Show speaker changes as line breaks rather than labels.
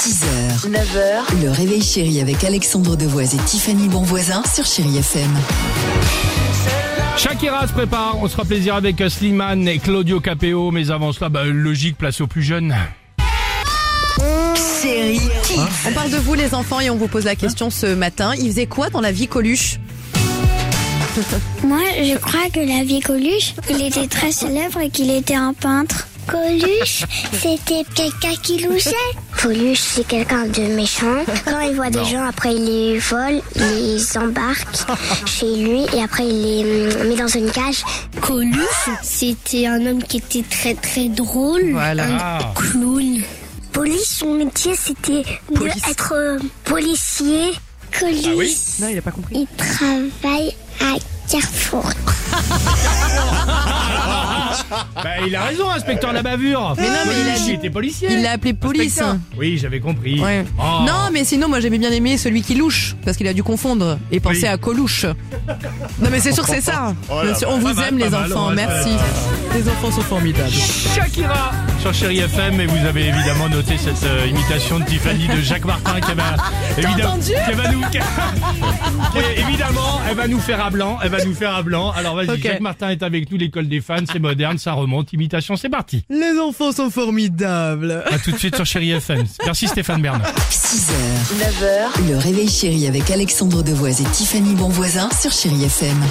6h, 9h, le réveil chéri avec Alexandre Devoise et Tiffany Bonvoisin sur Chéri FM.
Shakira se prépare, on se fera plaisir avec euh, Slimane et Claudio Capéo, mais avant cela, bah, logique, place aux plus jeunes.
Chéri
Hein
On parle de vous les enfants et on vous pose la question ce matin. Il faisait quoi dans la vie Coluche
Moi, je crois que la vie Coluche, il était très célèbre et qu'il était un peintre. Coluche, c'était quelqu'un qui louchait. Coluche, c'est quelqu'un de méchant. Quand il voit des gens, après il les vole, il les embarque chez lui et après il les hum, met dans une cage. Coluche, c'était un homme qui était très très drôle.
Voilà.
Clown. Police, son métier, c'était d'être policier. Coluche.
Non, il a pas compris.
Il travaille à Carrefour.
Bah, il a raison, inspecteur la bavure.
Mais non, mais il a
Coluche,
dit-
était policier.
Il l'a appelé police.
Inspecteur. Oui, j'avais compris.
Ouais.
Oh.
Non, mais sinon, moi j'avais bien aimé celui qui louche, parce qu'il a dû confondre et penser
Oui. Oh
à Coluche. Non, mais c'est sûr que c'est ça. Bien sûr, on
Pas
vous
mal,
aime
pas
les
mal,
enfants,
on va-
merci. Les enfants sont formidables.
Shakira sur Chéri FM et vous avez évidemment noté cette euh, imitation de Tiffany de Jacques Martin qui va évidemment
entendu
qui va nous qui- évidemment elle va nous faire à blanc elle va nous faire à blanc alors vas-y
Ok.
Jacques Martin est avec nous l'école des fans c'est moderne ça remonte imitation c'est parti
Les enfants sont formidables.
à tout de suite sur Chéri FM merci Stéphane Bernard
6h, 9h, le réveil chéri avec Alexandre Devoise et Tiffany Bonvoisin sur Chéri FM.